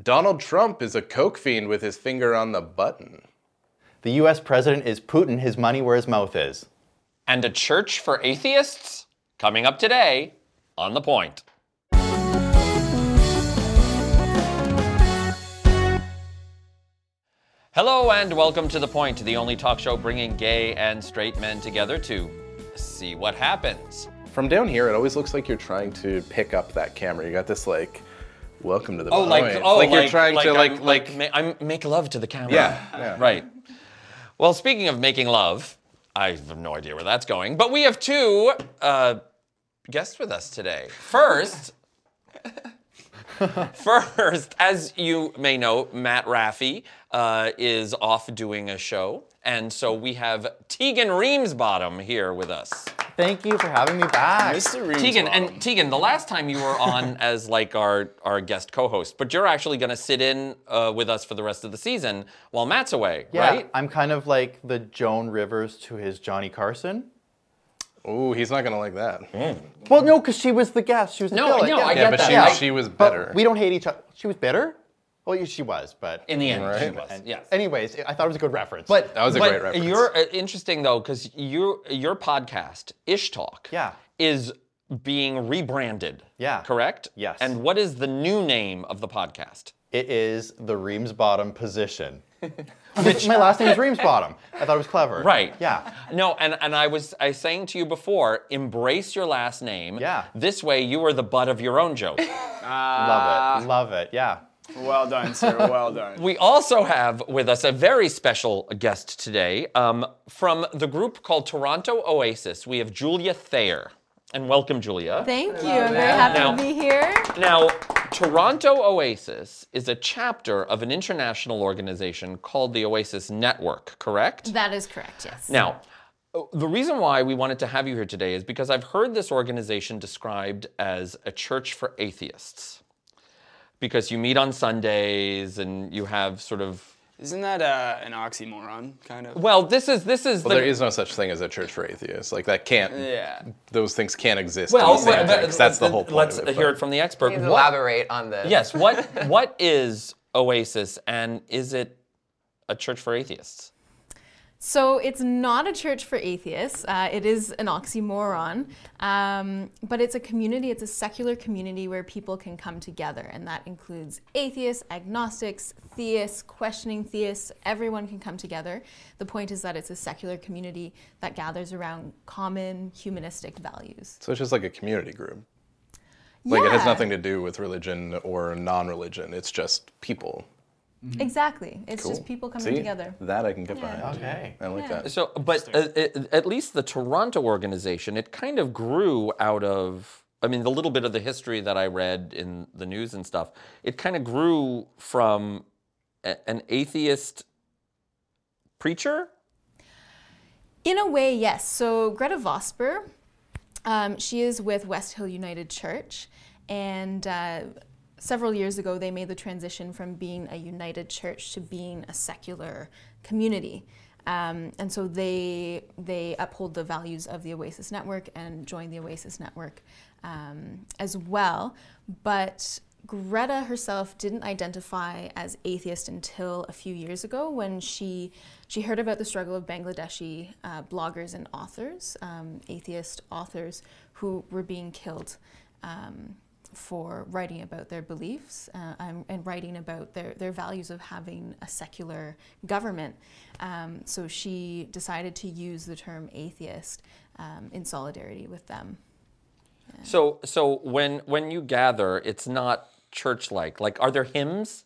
Donald Trump is a coke fiend with his finger on the button. The US president is putting his money where his mouth is. And a church for atheists? Coming up today on The Point. Hello and welcome to The Point, the only talk show bringing gay and straight men together to see what happens. From down here, it always looks like you're trying to pick up that camera. You got this like, welcome to the Oh, like, Point." oh, like you're trying to like I'm, like, ma- I'm make love to the camera. Yeah, yeah. Right. Well, speaking of making love, I have no idea where that's going, but we have two uh, guests with us today. First, first, as you may know, Matt Raffi uh, is off doing a show, and so we have Tegan Reamsbottom here with us. Thank you for having me back. Mr. Reeves Tegan Bottom. and Tegan, the last time you were on as like our our guest co-host, but you're actually going to sit in uh, with us for the rest of the season while Matt's away, Yeah, right? I'm kind of like the Joan Rivers to his Johnny Carson. Ooh, he's not gonna like that. Well, no, because she was the guest. She was the No, I villain. know, Yeah. I Yeah, get but that. she Yeah. she was But better. we don't hate each other. She was bitter? Well, yeah, she was, but. In the end, she Right. was. Yeah. Anyways, I thought it was a good reference. But That was a but great reference. You're uh, interesting though, because your your podcast Ish Talk, Yeah. is being rebranded. Yeah. Correct. Yes. And what is the new name of the podcast? it is the Reams bottom position. My last name is Reams bottom. I thought it was clever. Right. Yeah. No, and, and I was I was saying to you before, embrace your last name. Yeah. This way you are the butt of your own joke. Uh, Love it. Love it. Yeah. Well done, sir. Well done. We also have with us a very special guest today um, from the group called Toronto Oasis. We have Julia Thayer. And welcome, Julia. Thank you. I'm very happy Now- to be here. now, Toronto Oasis is a chapter of an international organization called the Oasis Network, correct? That is correct, yes. Now, uh, the reason why we wanted to have you here today is because I've heard this organization described as a church for atheists. Because you meet on Sundays and you have sort of Isn't that uh, an oxymoron, kind of? well, this is this is Well, the there is no such thing as a church for atheists. Like that can't. Yeah. Those things can't exist. well, in the same but- context. that's the whole point. Let's of it, hear but- it from the expert. Please What- elaborate on this. yes, what what is Oasis and is it a church for atheists? So it's not a church for atheists. Uh, it is an oxymoron, um, but it's a community. It's a secular community where people can come together, and that includes atheists, agnostics, theists, questioning theists. Everyone can come together. The point is that it's a secular community that gathers around common humanistic values. So it's just like a community group. Like it has Yeah. nothing to do with religion or non-religion. It's just people. Exactly. It's Cool. just people coming See? together. That I can get behind. Okay. I like that. So, but uh, uh, at least the Toronto organization, it kind of grew out of. I mean, the little bit of the history that I read in the news and stuff, it kind of grew from a- an atheist preacher. In a way, yes. So Greta Vosper, um, she is with West Hill United Church, and uh, several years ago they made the transition from being a united church to being a secular community. Um, and so they they uphold the values of the Oasis Network and join the Oasis Network um, as well. But Greta herself didn't identify as atheist until a few years ago when she she heard about the struggle of Bangladeshi uh, bloggers and authors, um, atheist authors who were being killed um, for writing about their beliefs uh, and, and writing about their, their values of having a secular government. Um, so she decided to use the term atheist um, in solidarity with them. So, so when when you gather, it's not church-like. Like, are there hymns?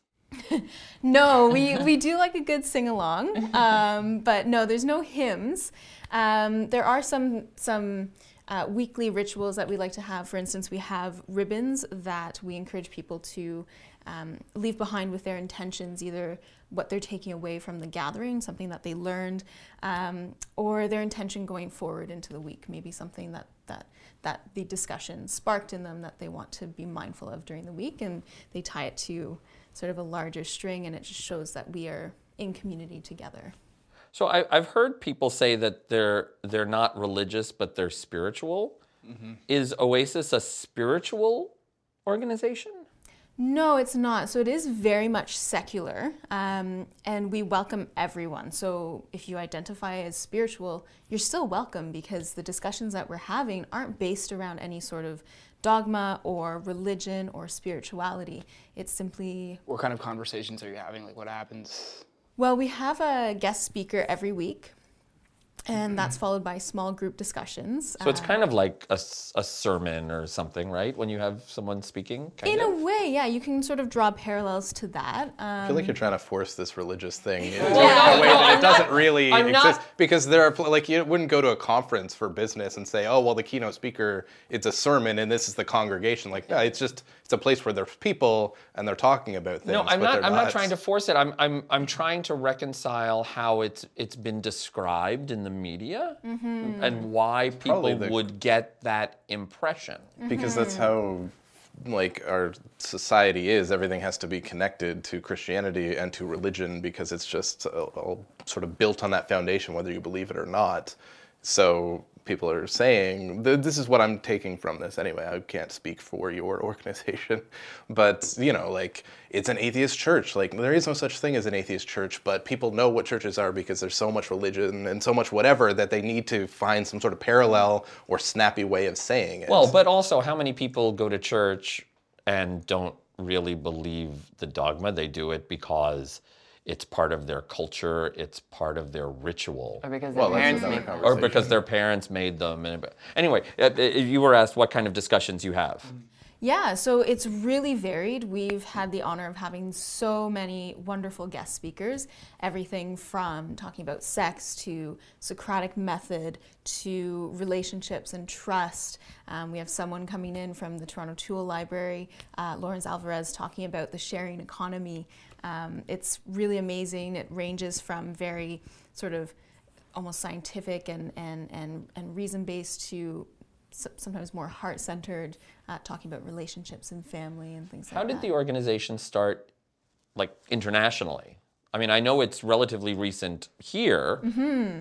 No, we, we do like a good sing along, um, but no, there's no hymns. Um, there are some some uh, weekly rituals that we like to have. For instance, we have ribbons that we encourage people to um, leave behind with their intentions, either what they're taking away from the gathering, something that they learned, um, or their intention going forward into the week, maybe something that that that the discussion sparked in them that they want to be mindful of during the week, and they tie it to sort of a larger string, and it just shows that we are in community together. So I, I've heard people say that they're they're not religious, but they're Mm-hmm. spiritual. Is Oasis a spiritual organization? No, it's not. So it is very much secular, um, and we welcome everyone. So if you identify as spiritual, you're still welcome because the discussions that we're having aren't based around any sort of dogma or religion or spirituality. It's simply What kind of conversations are you having? Like, what happens? well, we have a guest speaker every week, and that's followed by small group discussions. Uh, So it's kind of like a, s- a sermon or something, right? When you have someone speaking, kind in of. a way, yeah, you can sort of draw parallels to that. I Um, feel like you're trying to force this religious thing into a way that it doesn't really I'm not- exist. Because there are, pl- like, you wouldn't go to a conference for business and say, oh, well, the keynote speaker, it's a sermon and this is the congregation. Like, no, it's just, it's a place where there's people and they're talking about things. No, I'm but not. they're I'm not trying to force it. I'm. I'm. I'm trying to reconcile how it's it's been described in the media and why people Probably the- would get that impression. Because that's how, like, our society is. Everything has to be connected to Christianity and to religion because it's just all- all sort of built on that foundation, whether you believe it or not. So people are saying, th- this is what I'm taking from this anyway. I can't speak for your organization, but, you know, like, it's an atheist church. Like, there is no such thing as an atheist church, but people know what churches are because there's so much religion and so much whatever that they need to find some sort of parallel or snappy way of saying it. Well, but also, how many people go to church and don't really believe the dogma? They do it because it's part of their culture. It's part of their ritual. Or because Well, their that's parents another make them. conversation. or because their parents made them. And anyway, uh, uh, you were asked what kind of discussions you have. Yeah, so it's really varied. We've had the honor of having so many wonderful guest speakers, everything from talking about sex to Socratic method to relationships and trust. Um, we have someone coming in from the Toronto Tool Library, uh, Lawrence Alvarez, talking about the sharing economy. Um, it's really amazing. It ranges from very sort of almost scientific and, and, and, and reason based to s- sometimes more heart centered, uh, talking about relationships and family and things How like that. did the organization start, like internationally? I mean, I know it's relatively recent here,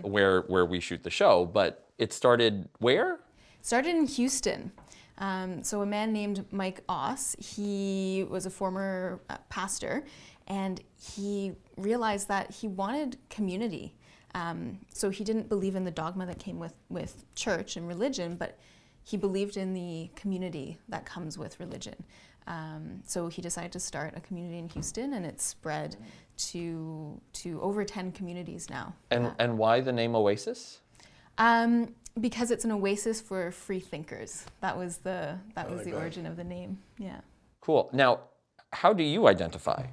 where where we shoot the show, but it started where? started in Houston. Um, so a man named Mike Oss, he was a former uh, pastor, and he realized that he wanted community. Um, so he didn't believe in the dogma that came with, with church and religion, but he believed in the community that comes with religion. Um, so he decided to start a community in Houston, and it's spread to to over ten communities now. And and why the name Oasis? Um, because it's an oasis for free thinkers. That was the Oh that was like the that. origin of the name. Yeah. Cool. Now, how do you identify?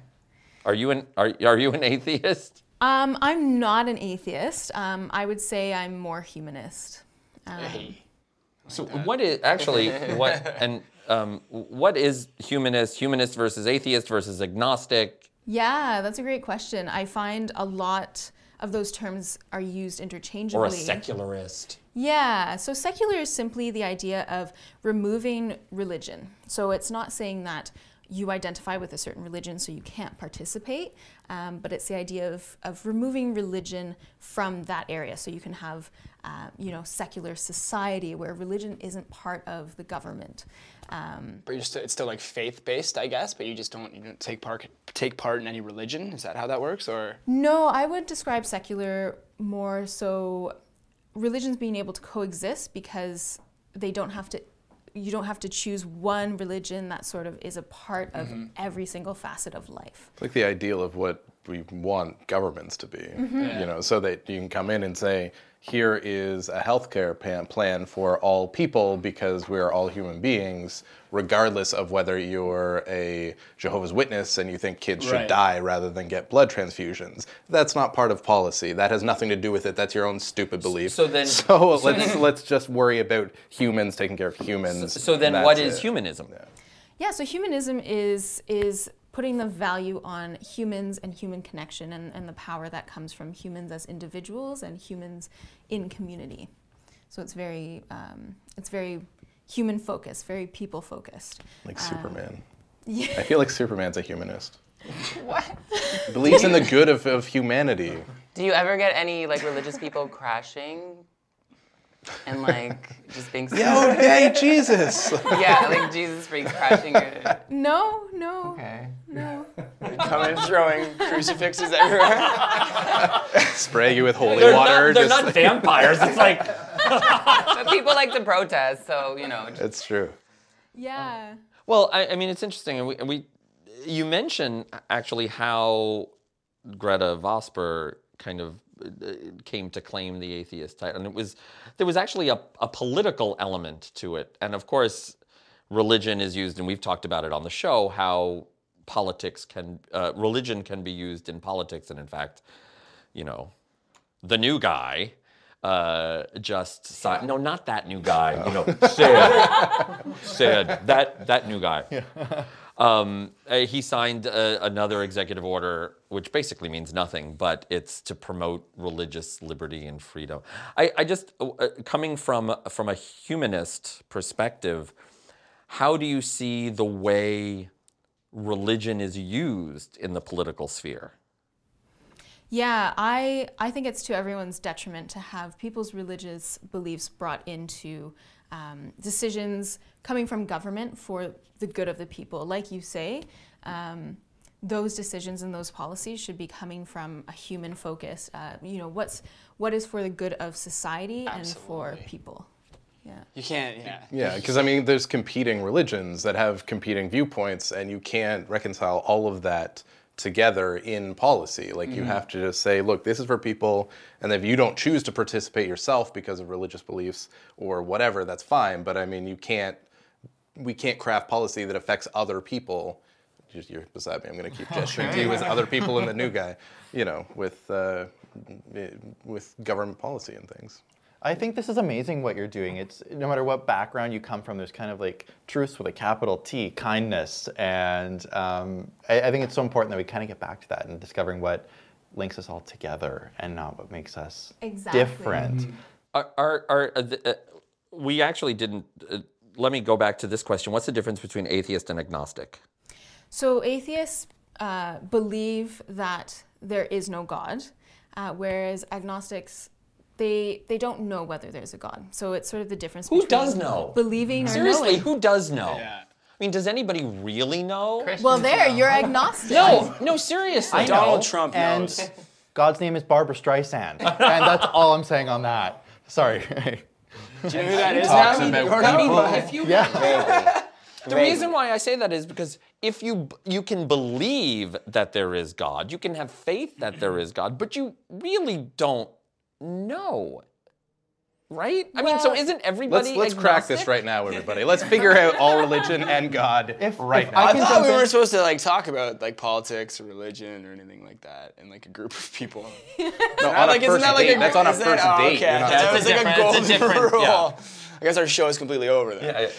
Are you an are, are you an atheist? Um, I'm not an atheist. Um, I would say I'm more humanist. Hey. So what is actually what and um, what is humanist? Humanist versus atheist versus agnostic? Yeah, that's a great question. I find a lot of those terms are used interchangeably. or a secularist. Yeah, so secular is simply the idea of removing religion. So it's not saying that you identify with a certain religion so you can't participate, um, but it's the idea of, of removing religion from that area so you can have, uh, you know, secular society where religion isn't part of the government. Um, But you're still, it's still like faith based, I guess. But you just don't you don't take part take part in any religion. Is that how that works? Or no, I would describe secular more so religions being able to coexist because they don't have to you don't have to choose one religion that sort of is a part of every single facet of life. It's like the ideal of what we want governments to be, Mm-hmm. you know, so that you can come in and say, here is a healthcare pan- plan for all people because we're all human beings, regardless of whether you're a Jehovah's Witness and you think kids should Right. die rather than get blood transfusions. That's not part of policy. That has nothing to do with it. That's your own stupid belief. so then- so let's let's just worry about humans taking care of humans. So then, and what that's is it. humanism? Yeah, so humanism is is putting the value on humans and human connection and, and the power that comes from humans as individuals and humans in community. So it's very um, it's very human focused, very people focused. Like Superman. I feel like Superman's a humanist. What? Believes in the good of, of humanity. Do you ever get any like religious people crashing and like just being so Oh, yay, Jesus! yeah, like Jesus freaks crashing it. No, no, Okay. no. Coming, throwing crucifixes everywhere. Spray you with holy They're water. not, they're just not like- vampires. It's like But people like to protest, so you know. Just, That's true. Yeah. Well, I, I mean, it's interesting, and we, and we, you mentioned actually how Greta Vosper kind of uh, came to claim the atheist title, and it was there was actually a, a political element to it, and of course, religion is used, and we've talked about it on the show how politics can uh, religion can be used in politics, and in fact, you know, the new guy. Uh, just si- no, not that new guy. You know, Sid said that that new guy. Um, uh, he signed uh, another executive order, which basically means nothing, but it's to promote religious liberty and freedom. I, I just uh, uh, coming from from a humanist perspective, how do you see the way religion is used in the political sphere? Yeah, I I think it's to everyone's detriment to have people's religious beliefs brought into um, decisions coming from government for the good of the people. Like you say, um, those decisions and those policies should be coming from a human focus. Uh, you know, what's what is for the good of society and for Absolutely. people. Yeah. You can't. Yeah. Yeah, because I mean, there's competing religions that have competing viewpoints, and you can't reconcile all of that together in policy. Like, you have to just say, look, this is for people, and if you don't choose to participate yourself because of religious beliefs or whatever, that's fine. But I mean, you can't, we can't craft policy that affects other people. You're- You're beside me. I'm going to keep gesturing to you with other people and the new guy, you know, with uh, with government policy and things. I think this is amazing what you're doing. It's no matter what background you come from, there's kind of like truths with a capital T, kindness, and um, I, I think it's so important that we kind of get back to that and discovering what links us all together and not what makes us Exactly. different. Mm-hmm. Are, are, are uh, the, uh, we actually didn't? Uh, let me go back to this question. What's the difference between atheist and agnostic? So atheists uh, believe that there is no God, uh, whereas agnostics they they don't know whether there's a God. So it's sort of the difference. Who between does know? Believing or Seriously, knowing. who does know? Yeah. I mean, does anybody really know? Well, there you're agnostic. No, no, seriously. I Donald know, Trump and knows. God's name is Barbara Streisand, and that's all I'm saying on that. Sorry. Do you know who that is Talks now? about You're not people. blind. The reason why I say that is because if you b- you can believe that there is God, you can have faith that there is God, but you really don't know. Right? I mean, so Well- isn't everybody Let's let's crack this agnostic? right now, everybody. Let's figure out all religion and God If- right if now. I I can thought jump we in. were supposed to like talk about like politics or religion or anything like that, and like a group of people. no, on Not like, a isn't first that like date. a, That's on a isn't first that, oh, date. Okay. You're not That supposed was to- like a different- it's a golden different- rule. yeah. I guess our show is completely over then.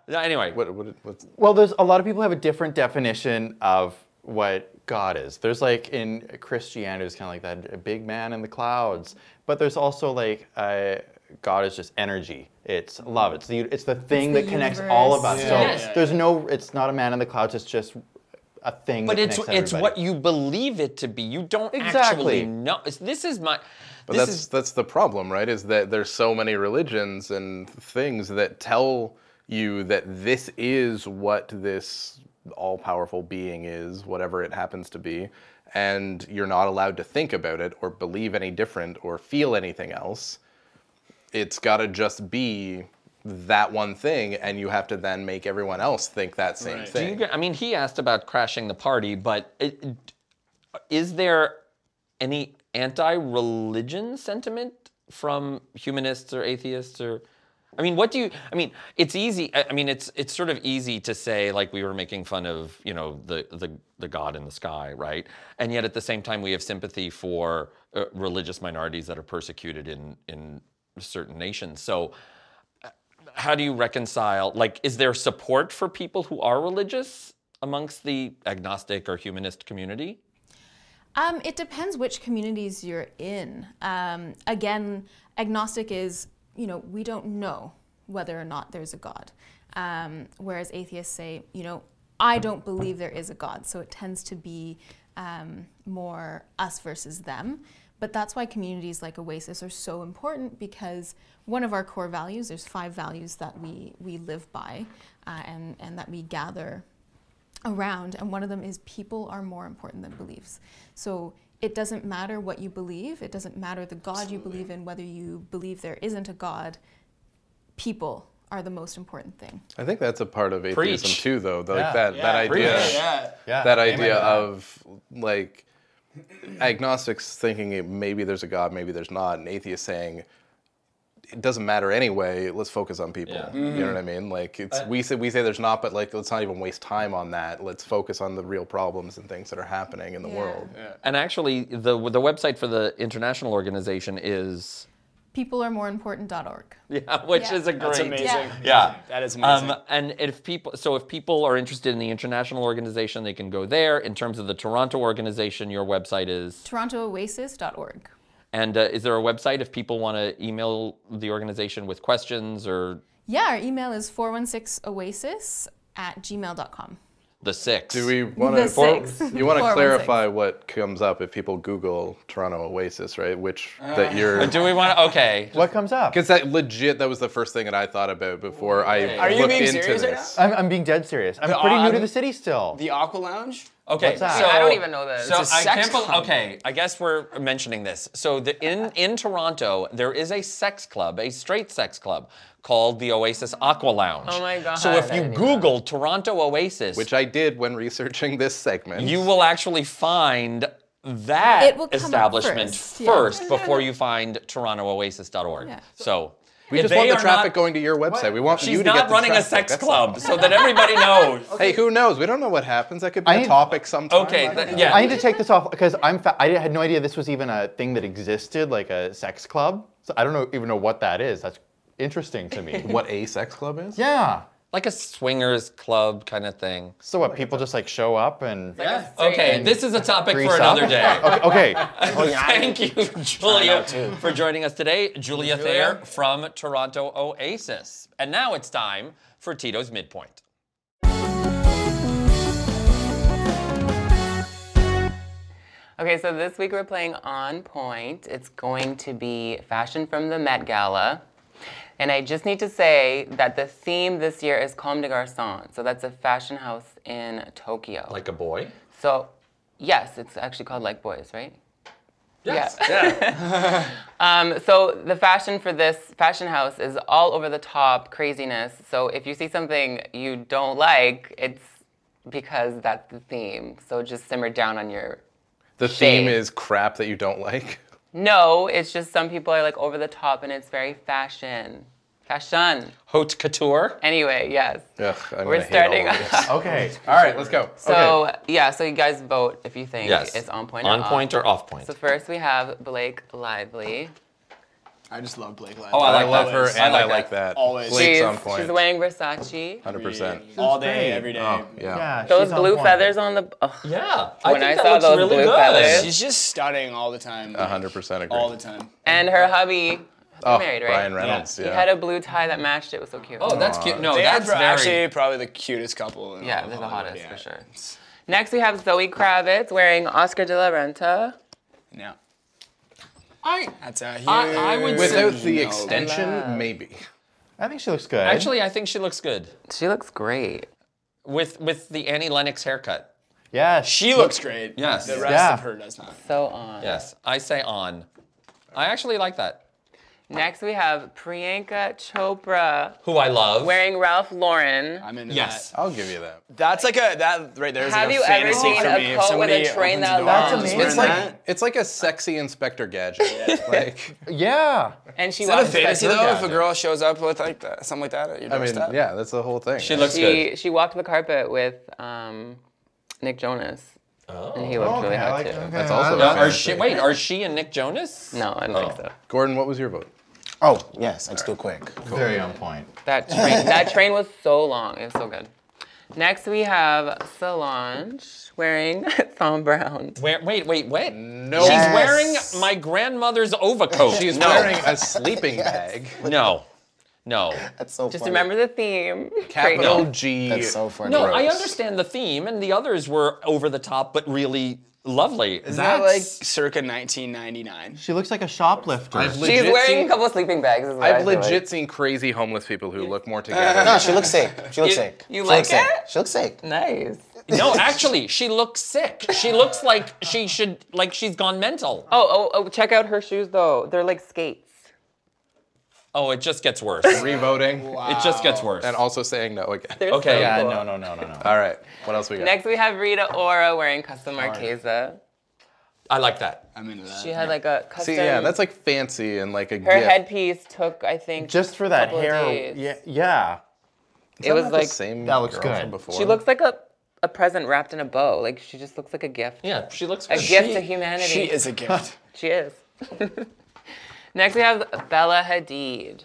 No, Anyway, What, what, what's, Well, there's a lot of people have a different definition of what God is. There's like in Christianity, it's kind of like that big man in the clouds, but there's also like uh, God is just energy. It's love. It's the it's the thing the that connects all of us. universe. So Yeah. Yes. there's no. It's not a man in the clouds. It's just a thing. but that it's connects it's everybody. what you believe it to be. You don't actually Exactly. know. This is my. but this that's is that's the problem, right? Is that there's so many religions and things that tell you that this is what this all-powerful being is, whatever it happens to be, and you're not allowed to think about it or believe any different or feel anything else. it's got to just be that one thing and you have to then make everyone else think that same Right. thing You g- I mean, he asked about crashing the party, but it- it- is there any anti-religion sentiment from humanists or atheists or? I mean, what do you? I mean, it's easy. I I mean, it's it's sort of easy to say like we were making fun of you know the the the God in the sky, right? And yet at the same time, we have sympathy for uh, religious minorities that are persecuted in in certain nations. So how do you reconcile like is there support for people who are religious amongst the agnostic or humanist community Um, it depends which communities you're in. Um, again, agnostic is, you know, we don't know whether or not there's a God. Um, whereas atheists say, you know, I don't believe there is a God. So it tends to be um, more us versus them. But that's why communities like Oasis are so important because one of our core values, there's five values that we, we live by uh, and, and that we gather around, and one of them is people are more important than beliefs. So it doesn't matter what you believe, it doesn't matter the God you believe in, whether you believe there isn't a God, people are the most important thing. I think that's a part of atheism Preach. too, though. Like Yeah. that that Preach. idea, yeah. Yeah. that Amen idea to that. of like agnostics thinking it- maybe there's a god, maybe there's not, and atheists saying it doesn't matter anyway. Let's focus on people. Yeah. Mm-hmm. You know what I mean? Like it's we say we say there's not, but like let's not even waste time on that. Let's focus on the real problems and things that are happening in the Yeah. world. And actually, the the website for the international organization is People are more important.org. yeah, which Yeah. is a great. That's amazing. Yeah. Yeah. That is amazing. Um, and if people, so if people are interested in the international organization, they can go there. In terms of the Toronto organization, your website is. TorontoOasis.org. And uh, is there a website if people want to email the organization with questions or Yeah, our email is 416oasis at gmail.com. the six? Do we want to? The six. You want to Four, one, clarify what comes up if people Google Toronto Oasis, right? Which Uh, that you're. Do we want to? Okay. What comes up? Because that legit, that was the first thing that I thought about before I Are you looked being into serious right this. I'm, I'm being dead serious. I'm pretty new to I'm- the city still. the Aqua Lounge. Okay, What's that? so I don't even know this. So It's a I sex can't bel- club. okay, I guess we're mentioning this. So the, in in Toronto, there is a sex club, a straight sex club called the Oasis Aqua Lounge. Oh my So if God, I you didn't even know Google Toronto Oasis, which I did when researching this segment. you will actually find that It will come up establishment first, yeah. first before you find TorontoOasis.org. Yeah. So we just want the traffic going to your website. We want you She's to get not the running a traffic, sex that's club, so that everybody knows. all. Hey, who knows? We don't know what happens. That could be I a need- topic sometime. Okay, I don't th- know. yeah. I need to take this off because I'm. Fa- I had no idea this was even a thing that existed, like a sex club. So I don't know, even know what that is. That's interesting to me. What a sex club is? yeah. Like a swingers club kind of thing. So what? People just like show up and Yeah. Okay, this is a topic for grease another up? day. okay. okay. Oh, Thank you, Julia, for joining us today. Julia Thayer from Toronto Oasis. And now it's time for Tito's Midpoint. Okay, so this week we're playing On Point. It's going to be fashion from the Met Gala. And I just need to say that the theme this year is Comme des Garçons. So that's a fashion house in Tokyo. Like a boy? so, yes, it's actually called Like Boys, right? Yes. Um, so the fashion for this fashion house is all over the top craziness. So if you see something you don't like, it's because that's the theme. So just simmer down on your The theme Shade. is crap that you don't like. No, it's just some people are like over the top and it's very fashion. Fashion. Haute couture. Anyway, yes. Ugh, I'm gonna hate all We're of starting this. Okay. All right, let's go. So, yeah, so you guys vote if you think it's on point or On off. point or off point? So first we have Blake Lively. I just love Blake Lively. Oh, I I like love that. her Always. and I I like like, that. Always. Blake's she's, on point. she's wearing Versace. 100%. all She's day, great. every day. Oh, yeah. Yeah. Those she's on blue point. feathers on the. Oh. Yeah. When I saw those blue feathers- She's just stunning all the time. like, 100% agree. All the time. And her hubby. They're Oh, married, right? Brian Reynolds. Yeah. He had a blue tie that matched. It was so cute. Oh, that's cute. No, They that's are very. actually probably the cutest couple. In Yeah, all of they're the Hollywood, hottest yeah. for sure. Next we have Zoe Kravitz wearing Oscar de la Renta. Yeah. I, That's a huge. I would say- Without No, the but- extension, maybe. I think she looks good. actually, I think she looks good She looks great. with with the Annie Lennox haircut. yeah. She looks great. Yes. The rest Yeah. of her does not. So um, on. Yes, I say on. I actually like that. Next, we have Priyanka Chopra Who I love. wering Ralph Lauren. I'm into Yes. that. I'll give you that. That's like a that right there is Have like you a ever fantasy seen for a me. If coat with somebody a train opens that the door, long? I'm just That's wearing It's like that. it's like a sexy Inspector Gadget. like yeah. And she Is that a walks by- fantasy her though? If a gadget. girl shows up with like that, something like that, at your I mean, doorstep? yeah, that's the whole thing. She looks She, she walked the carpet with um, Nick Jonas. Oh. And he looked really hot too. That's also good. a Are she, wait, are she and Nick Jonas? No, I don't Oh. think so. Gordon, what was your vote? Oh, yes, it's too quick. very on point. That train, that train was so long. It was so good. Next, we have Solange wearing Thom Brown. Where, wait, wait, what? No. She's Yes. wearing my grandmother's overcoat. She's no. wearing a sleeping bag. No. No. That's so Just funny. remember the theme. Capital No. G. That's so funny. No, I Gross. understand the theme, and the others were over the top, but really lovely. Is that like That's- circa 1999? She looks like a shoplifter. I've She's legit wearing a seen- couple of sleeping bags. is what I I've feel like. legit seen crazy homeless people who look more together. No, she looks sick. She looks You- sick. you she like looks sick. it? She looks sick. Nice. No, actually, she looks sick. She looks like she should, like she's gone mental. Oh, Oh, oh, oh, check out her shoes though. They're like skates. Oh, it just gets worse. Revoting It just gets worse. and also saying no again. They're Okay. so yeah, cool. no, no, no, no, no. Uh, All right, what else we got? Next, we have Rita Ora wearing custom Marquesa. I like that. I'm into that. She had like a custom. See, yeah, that's like fancy and like a her gift. headpiece took, I think, Just for that couple of hair. days. Yeah, yeah. it was the like same That looks girl good. from before. she looks like a, a present wrapped in a bow. Like she just looks like a gift. Yeah, she looks. A good. gift to humanity. She is a gift. She is. Next, we have Bella Hadid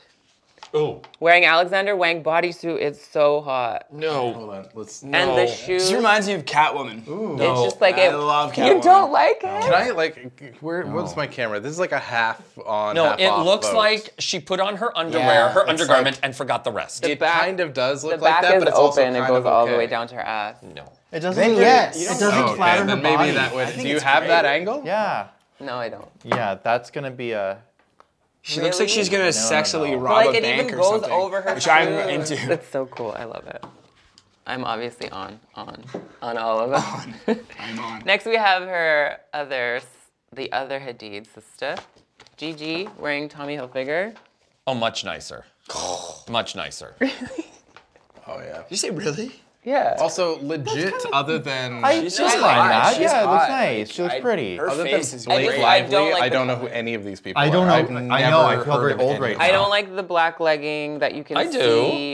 Ooh, wearing Alexander Wang bodysuit. It's so hot, no, Hold on, let's. and No. the shoes. She reminds me of Catwoman. it's just like I it. love you Catwoman. don't like it? Can I like? Where? What's my camera? This is like a half on. no. half It off looks vote. like she put on her underwear, Yeah, her it's undergarment, and forgot the rest. it kind of does look the back like that, is but it's also open. kind It goes of all the okay. way down to her ass. no. It doesn't. Then really- yes. It doesn't Oh, flatter okay, her then maybe body. that would. Do you it's have that great. angle? Yeah, No, I don't. yeah. That's gonna be a. She looks like Really? she's gonna sexily no. rob like a it bank even or goes something, over her which I'm shoes. into. It's so cool. I love it. I'm obviously on, on, on all of them. I'm on. Next, we have her other, s- the other Hadid sister, Gigi, wearing Tommy Hilfiger. Oh, much nicer. much nicer. Oh yeah. Did you say really? Yeah. Also, legit. Other than I She's just like hot. that. She's yeah, it looks hot. nice. She looks I- pretty. Her other face than is Blake just- great. I don't Lively, I don't, like the- know who any of these people. I don't are. know- I've I know, never I feel heard very of old any right of now. I them. don't like the black legging that you can I see.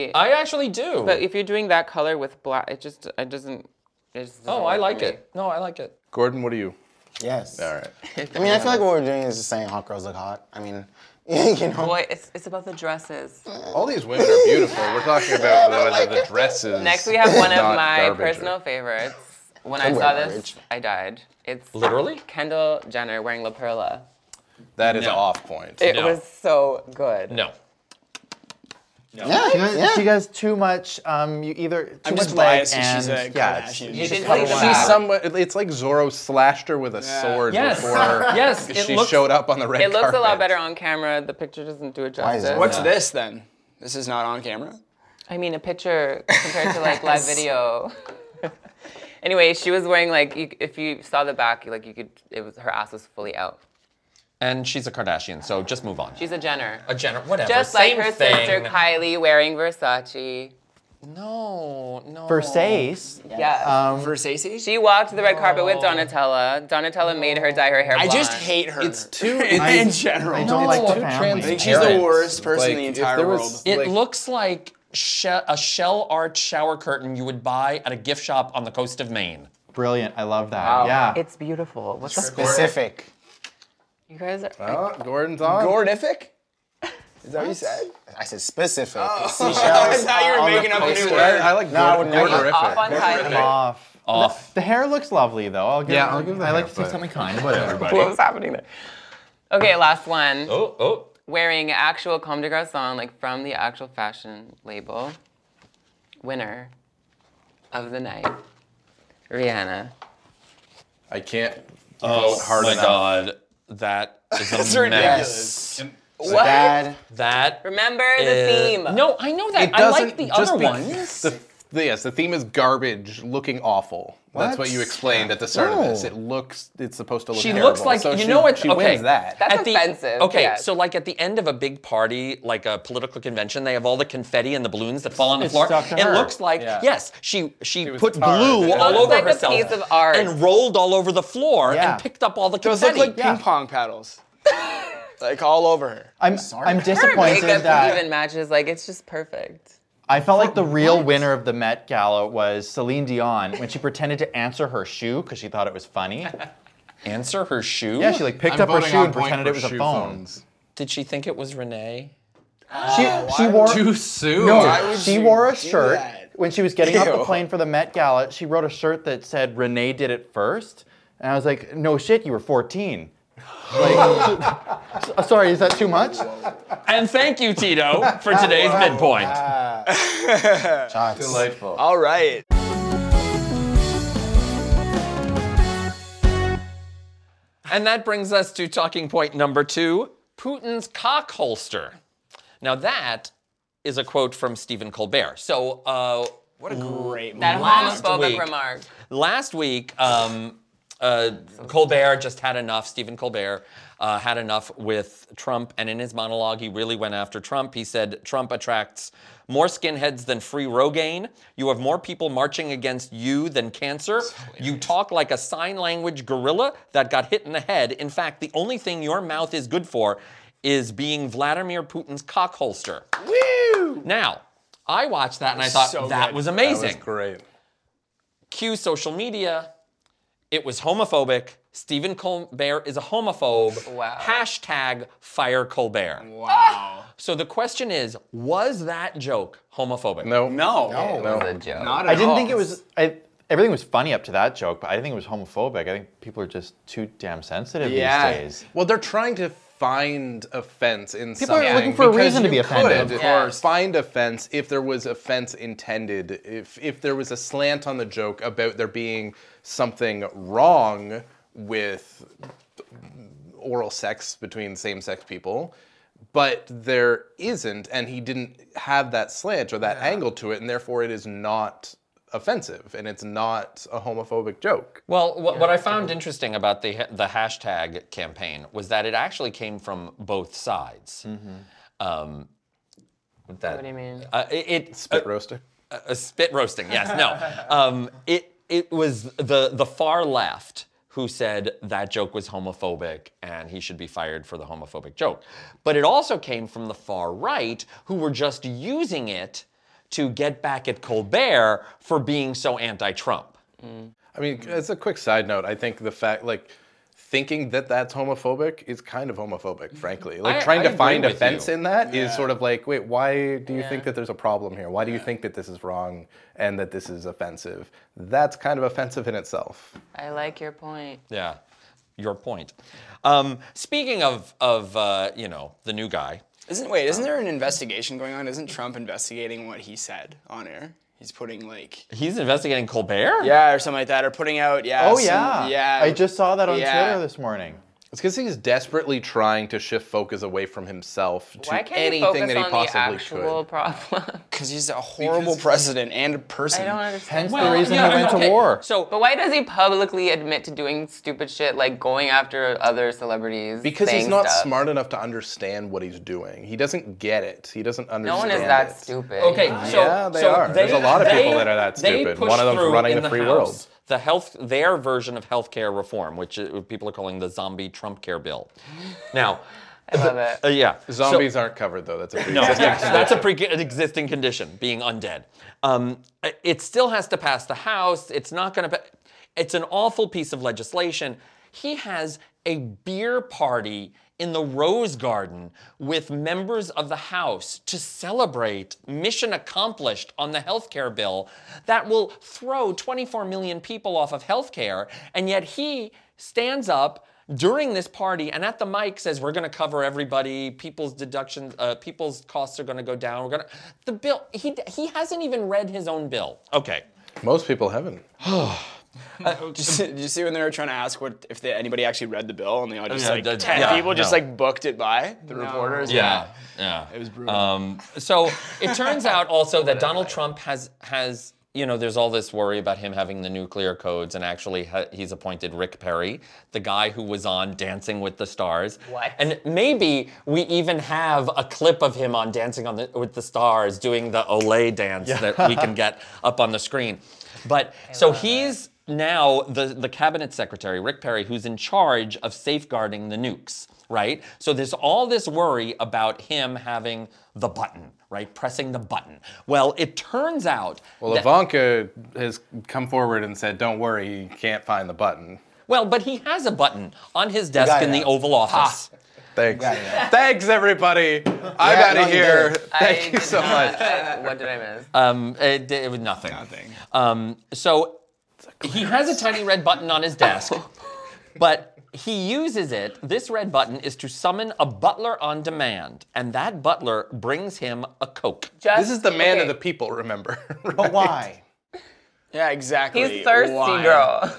do. I actually do. But if you're doing that color with black, it just it doesn't. It just doesn't oh, work I for like me. it. No, I like it. Gordon, what are you? Yes. All right. I mean, I feel like what we're doing is just saying hot girls look hot. I mean, you know. Boy, it's, it's about the dresses. All these women are beautiful. We're talking about whether the dresses. Next, we have one of not my garbage or- personal favorites. When I Don't saw wear this, garbage. I died. It's Literally? Kendall Jenner wearing La Perla. That is No. off point. It No. was so good. No. yeah, She has, yeah. she has too much. Um, you either too I'm much just biased leg that she's and a yeah, Kardashian. it's- You You should didn't cover see one the She's up. back. somewhat. It's like Zorro slashed her with a Yeah. sword Yes. before Yes, it she looks- showed up on the red It looks a lot carpet. better on camera. The picture doesn't do it Why justice. is that? What's this then? This is not on camera. I mean, a picture compared to like live video. anyway, she was wearing like you, if you saw the back, like you could. It was her ass was fully out. And she's a Kardashian, so just move on. She's a Jenner. a Jenner, whatever. Just like same her thing. sister Kylie wearing Versace. No, no. Versace. Yeah. Um, Versace? She walked the red carpet with Donatella. Donatella made her dye her hair I blonde. just hate her. It's too- in, I- in general. I don't It's like too the family. trans- I think she's the parents. worst person in Like, the if entire there was- world. It Like- looks like she- a shell art shower curtain you would buy at a gift shop on the coast of Maine. Brilliant. I love that. Wow. Yeah. It's beautiful. What's up? Specific. You guys are. Oh, Gordon's on. Gordific? Is that what you said? I said specific. Oh. I thought you were making up a new I, word. I like No, I Gordon. would never. Gordon-rific. Off on I'm Kylie. off. Off. The hair looks lovely though. I'll give. Yeah, i I'll give the I like hair, to say but- something kind about What everybody. was happening there? Okay, last one. Oh, oh. Wearing actual Comme des Garçons, like from the actual fashion label. Winner of the night, Rihanna. I can't. Oh, hard my enough. God. That is a It's mess. ridiculous. What? Bad. That Remember the is- theme. Eh, No, I know that. It I doesn't like the just other be- ones. The, the- yes, the theme is garbage, looking awful. That's what you explained at the start of this. No. It looks. It's supposed to look. She terrible. looks like So you she- know what. She okay. wins that. That's the- offensive, okay, yes. so like at the end of a big party, like a political convention, they have all the confetti and the balloons that fall on the It's floor. stuck to it her. looks like Yeah. yes, she she, was put tarred. glue It all looks over like a herself piece of art. and rolled all over the floor Yeah. and picked up all the Those look confetti. like Yeah. ping pong paddles. like all over her. I'm I'm Her makeup disappointed that even matches. Like it's just perfect. I felt like the real winner of the Met Gala was Celine Dion when she pretended to answer her shoe because she thought it was funny. Answer her shoe. Yeah, she like picked I'm up her voting shoe on and point pretended for it was a shoe phone. phones. Did she think it was Renee? She she wore Too soon. Why no, would she you wore a do shirt that? when she was getting off the Ew. plane for the Met Gala. She wrote a shirt that said Renee did it first, and I was like, no shit, you were 14. Like, s- sorry, is that too much? And thank you, Tito, for today's midpoint. Shots. Delightful. All right. And that brings us to talking point number two Putin's cock holster. Now, that is a quote from Stephen Colbert. So, uh, What a great movie. That Last homophobic week. remark. last week, um, uh, Colbert just had enough. Stephen Colbert uh, had enough with Trump, and in his monologue, he really went after Trump. He said, "Trump attracts more skinheads than free Rogaine. You have more people marching against you than cancer. You talk like a sign language gorilla that got hit in the head. In fact, the only thing your mouth is good for." Is being Vladimir Putin's cock holster. Woo! Now, I watched that and I thought so that good. was That was amazing great. cue social media. It was homophobic. Stephen Colbert is a homophobe. Wow. Hashtag fire Colbert. Wow. So the question is, was that joke homophobic? No, No. It was a joke. Not at I didn't all. think it was. I, everything was funny up to that joke, but I didn't think it was homophobic. I think people are just too damn sensitive Yeah. these days. Well, they're trying to find offense in People are something. looking for a because reason to you be offended. could Of course. Find offense if there was offense intended. If if there was a slant on the joke about there being something wrong with oral sex between same-sex people. But there isn't, and he didn't have that slant or that angle to it, and therefore it is not offensive, and it's not a homophobic joke. Well, what, what I found interesting about the ha- the hashtag campaign was that it actually came from both sides. Um, that, Mm-hmm. What do you mean? Uh, it, it- Spit roaster. a spit roasting. Yes, no. Um, it it was the the far left who said that joke was homophobic and he should be fired for the homophobic joke. But it also came from the far right who were just using it to get back at Colbert for being so anti-Trump. I mean, Mm. as a quick side note, I think the fact, like, thinking that that's homophobic is kind of Mm. homophobic, frankly. Like, I- trying I to agree find with offense you. in that is sort of like, wait, why do you think that there's a problem here? Why do you think that this is wrong and that this is offensive? That's kind of offensive in itself. I like your point. Yeah, your point. Um, speaking of of uh, you know the new guy, Isn't wait? Um, Isn't there an investigation going on? Isn't Trump investigating what he said on air? He's putting like he's investigating Colbert. yeah or something like that, or putting out yeah. Oh some- yeah, yeah. I just saw that on Yeah. Twitter this morning. It's because he's desperately trying to shift focus away from himself to Why can't you anything focus that he on the possibly actual could. problem? because he's a horrible president and a person. I don't Hence understand. the reason he went to okay, war. So But why does he publicly admit to doing stupid shit like going after other celebrities? Because he's saying not stuff? smart enough to understand what he's doing. He doesn't get it. He doesn't understand. No one is that it. stupid. Okay, so Yeah, they so are. There's a lot of people that are that they stupid. pushed One of them's through running in the free world. The health, their version of healthcare reform, which uh, people are calling the zombie Trump care bill. Now, I love it. uh, yeah, so- Zombies aren't covered though. That's a pre yeah, that's a pre-existing condition, being undead. Um, it still has to pass the House. It's not going to. It's an awful piece of legislation. He has a beer party in the Rose Garden with members of the House to celebrate mission accomplished on the healthcare bill that will throw 24 million people off of healthcare, and yet he stands up during this party and at the mic says we're going to cover everybody people's deductions uh, people's costs are going to go down we're going to the bill he he hasn't even read his own bill okay Most people haven't. Did you, see, did you see when they were trying to ask what if they, anybody actually read the bill and they all just Yeah, like that's- ten yeah, people just no. like booked it by the reporters? yeah yeah Um, it was brutal. so it turns out also that Donald Trump has has you know there's all this worry about him having the nuclear codes and actually ha- he's appointed Rick Perry, the guy who was on Dancing with the Stars. What? And maybe we even have a clip of him on Dancing on the, with the Stars doing the Olay dance that we can get up on the screen. But so he's now the, the cabinet secretary, Rick Perry, who's in charge of safeguarding the nukes, right? So there's all this worry about him having the button, right? Pressing the button. Well, it turns out. Well, that- Ivanka has come forward and said, "Don't worry, you can't find the button." well, but he has a button on his desk got in it. the Oval Office. Thanks. Thanks, everybody. I'm out no, of you here. did Thank I you did so not- much. what did I miss? Um, it, it was nothing. Nothing. Um, so he has a tiny red button on his desk, but he uses it. This red button is to summon a butler on demand, and that butler brings him a Coke. Just- This is the man okay. of the people. Remember. But why? yeah, exactly. He's thirsty, Why? girl.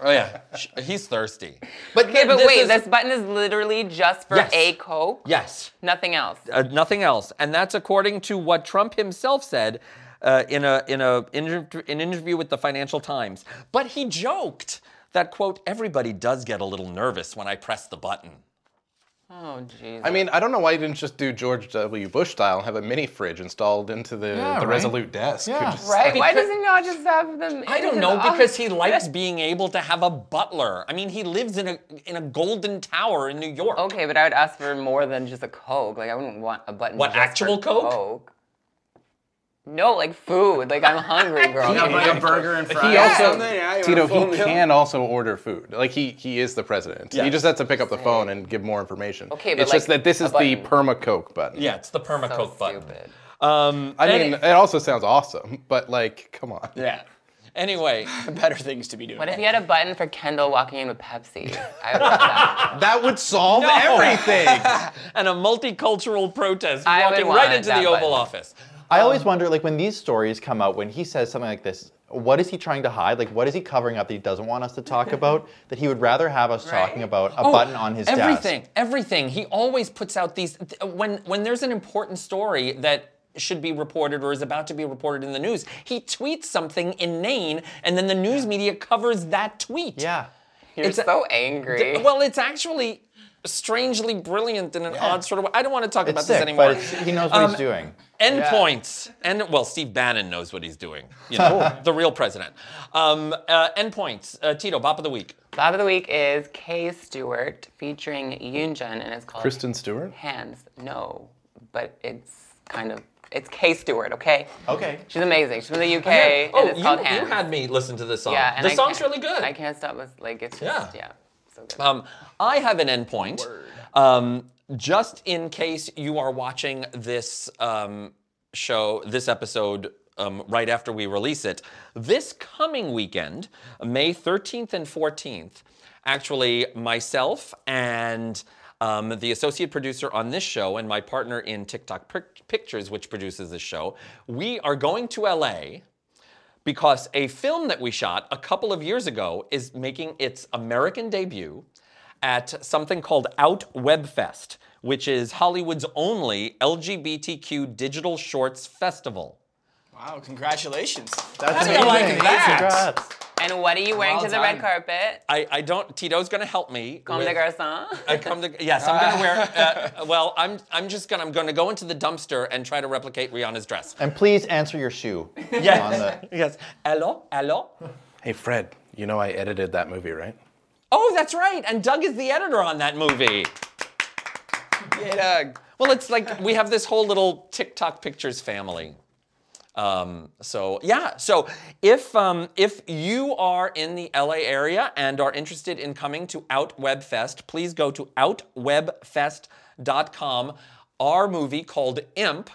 Oh yeah, Sh- he's thirsty. But, okay, but this wait, is- this button is literally just for Yes. a Coke. Yes. Nothing else. uh, nothing else. And that's according to what Trump himself said uh, in a in a inter- an interview with the Financial Times. But he joked that quote everybody does get a little nervous when I press the button. Oh, jeez. I mean, I don't know why you didn't just do George W. Bush style and have a mini fridge installed into the, the right. Resolute desk. Yeah. Just- right? Why because- does he not just have them? I don't know because he likes being able to have a butler. I mean, he lives in a in a golden tower in New York. Okay, but I would ask for more than just a Coke. Like I wouldn't want a button. What, just for actual Coke? No, like food. Like I'm hungry, girl. You have like a burger and fries. He also, Yeah, yeah, you Tito, wanna phone he him? can also order food. Like he, he is the president. Yeah. He just has to pick up the phone and give more information. Okay, but it's just like that this a is the button. perma Coke button. Yeah, it's the perma so coke button. stupid. Um, I any- mean, it also sounds awesome, but like, come on. Yeah. anyway, Better things to be doing. What if he had a button for Kendall walking in with Pepsi? I would love that. That would solve No. everything. and a multicultural protest I would walking want right into that the Oval button. Office. I always Um, wonder, like, when these stories come out, when he says something like this, what is he trying to hide? Like, what is he covering up that he doesn't want us to talk about? That he would rather have us talking Right. about a Oh, button on his everything, desk. Everything. He always puts out these th- when when there's an important story that should be reported or is about to be reported in the news. He tweets something inane and then the news media covers that tweet. Yeah. You're It's a- so angry. D- Well, it's actually strangely brilliant in an odd sort of way. I don't want to talk It's about sick, this anymore. but it's, he knows what Um, he's doing. Endpoints. And well, Steve Bannon knows what he's doing. You know, the real president. Um, uh, endpoints. Uh, Tito, bop of the week. Bob of the week is Kay Stewart featuring Yoonjun, and it's called Kristen Stewart? Hands. No, but it's kind of it's Kay Stewart. Okay. Okay. She's amazing. She's from the UK. oh, and it's you, called you Hands. had me listen to this song. Yeah, and the I song's can't- really good. I can't stop. With, like it's just Yeah. yeah. So good. Um, I have an endpoint. Um, just in case you are watching this um, show, this episode, um, right after we release it, this coming weekend, May 13th and 14th, actually, myself and um, the associate producer on this show and my partner in TikTok Pic- Pictures, which produces this show, we are going to LA because a film that we shot a couple of years ago is making its American debut at something called Out Webfest, which is Hollywood's only LGBTQ digital shorts festival. Wow, congratulations. That's How do you like that? Congrats. And what are you wearing Well to the done. red carpet? I, I don't. Tito's gonna help me. Comme with- des garçons. I come to yes. I'm gonna wear. Uh, well, I'm I'm just gonna I'm gonna go into the dumpster and try to replicate Rihanna's dress. And please answer your shoe. On Yes. the, Yes. Hello. Hello. Hey, Fred, you know I edited that movie, right? Oh, that's right. And Doug is the editor on that movie. Yeah, Doug. Well, it's like we have this whole little TikTok pictures family. Um, so yeah, so if um, if you are in the LA area and are interested in coming to Out Web Fest, please go to outwebfest.com. Our movie called Imp,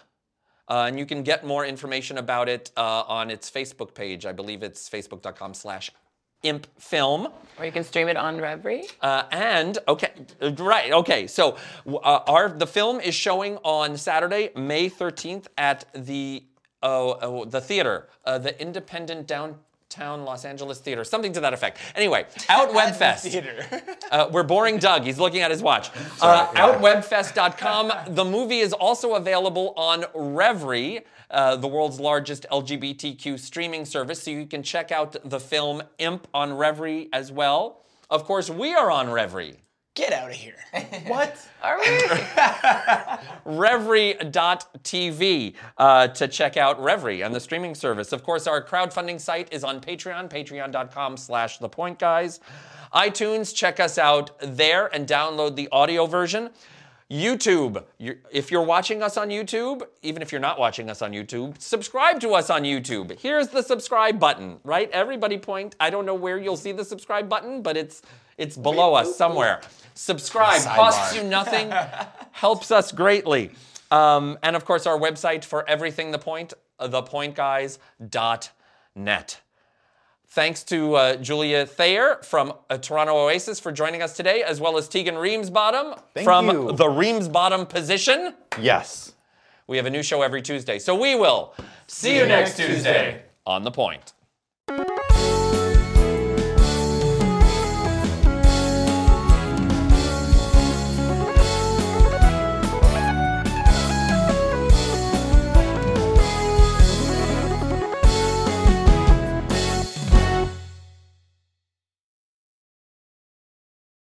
uh, and you can get more information about it uh, on its Facebook page. I believe it's facebook.com/slash imp film. Or you can stream it on Reverie. Uh, and okay, uh, right, okay. So uh, our the film is showing on Saturday, May thirteenth, at the oh, oh the theater, uh, the Independent Downtown Los Angeles Theater, something to that effect. Anyway, Out Webfest. Uh, we're boring Doug. He's looking at his watch. Uh, Outwebfest.com. The movie is also available on Reverie, uh, the world's largest LGBTQ streaming service. So you can check out the film Imp on Reverie as well. Of course, we are on Reverie. Get out of here. what? Are we? Reverie.tv uh, to check out Reverie and the streaming service. Of course, our crowdfunding site is on Patreon, patreon.com slash the point guys. iTunes, check us out there and download the audio version. YouTube, you if you're watching us on YouTube, even if you're not watching us on YouTube, subscribe to us on YouTube. Here's the subscribe button, right? Everybody point. I don't know where you'll see the subscribe button, but it's it's below us somewhere. Subscribe costs you nothing, helps us greatly. Um, and of course, our website for everything the point, uh, thepointguys.net. Thanks to uh, Julia Thayer from uh, Toronto Oasis for joining us today, as well as Tegan Reamsbottom Thank from you. the Reamsbottom position. Yes. We have a new show every Tuesday, so we will see you next Tuesday on The Point.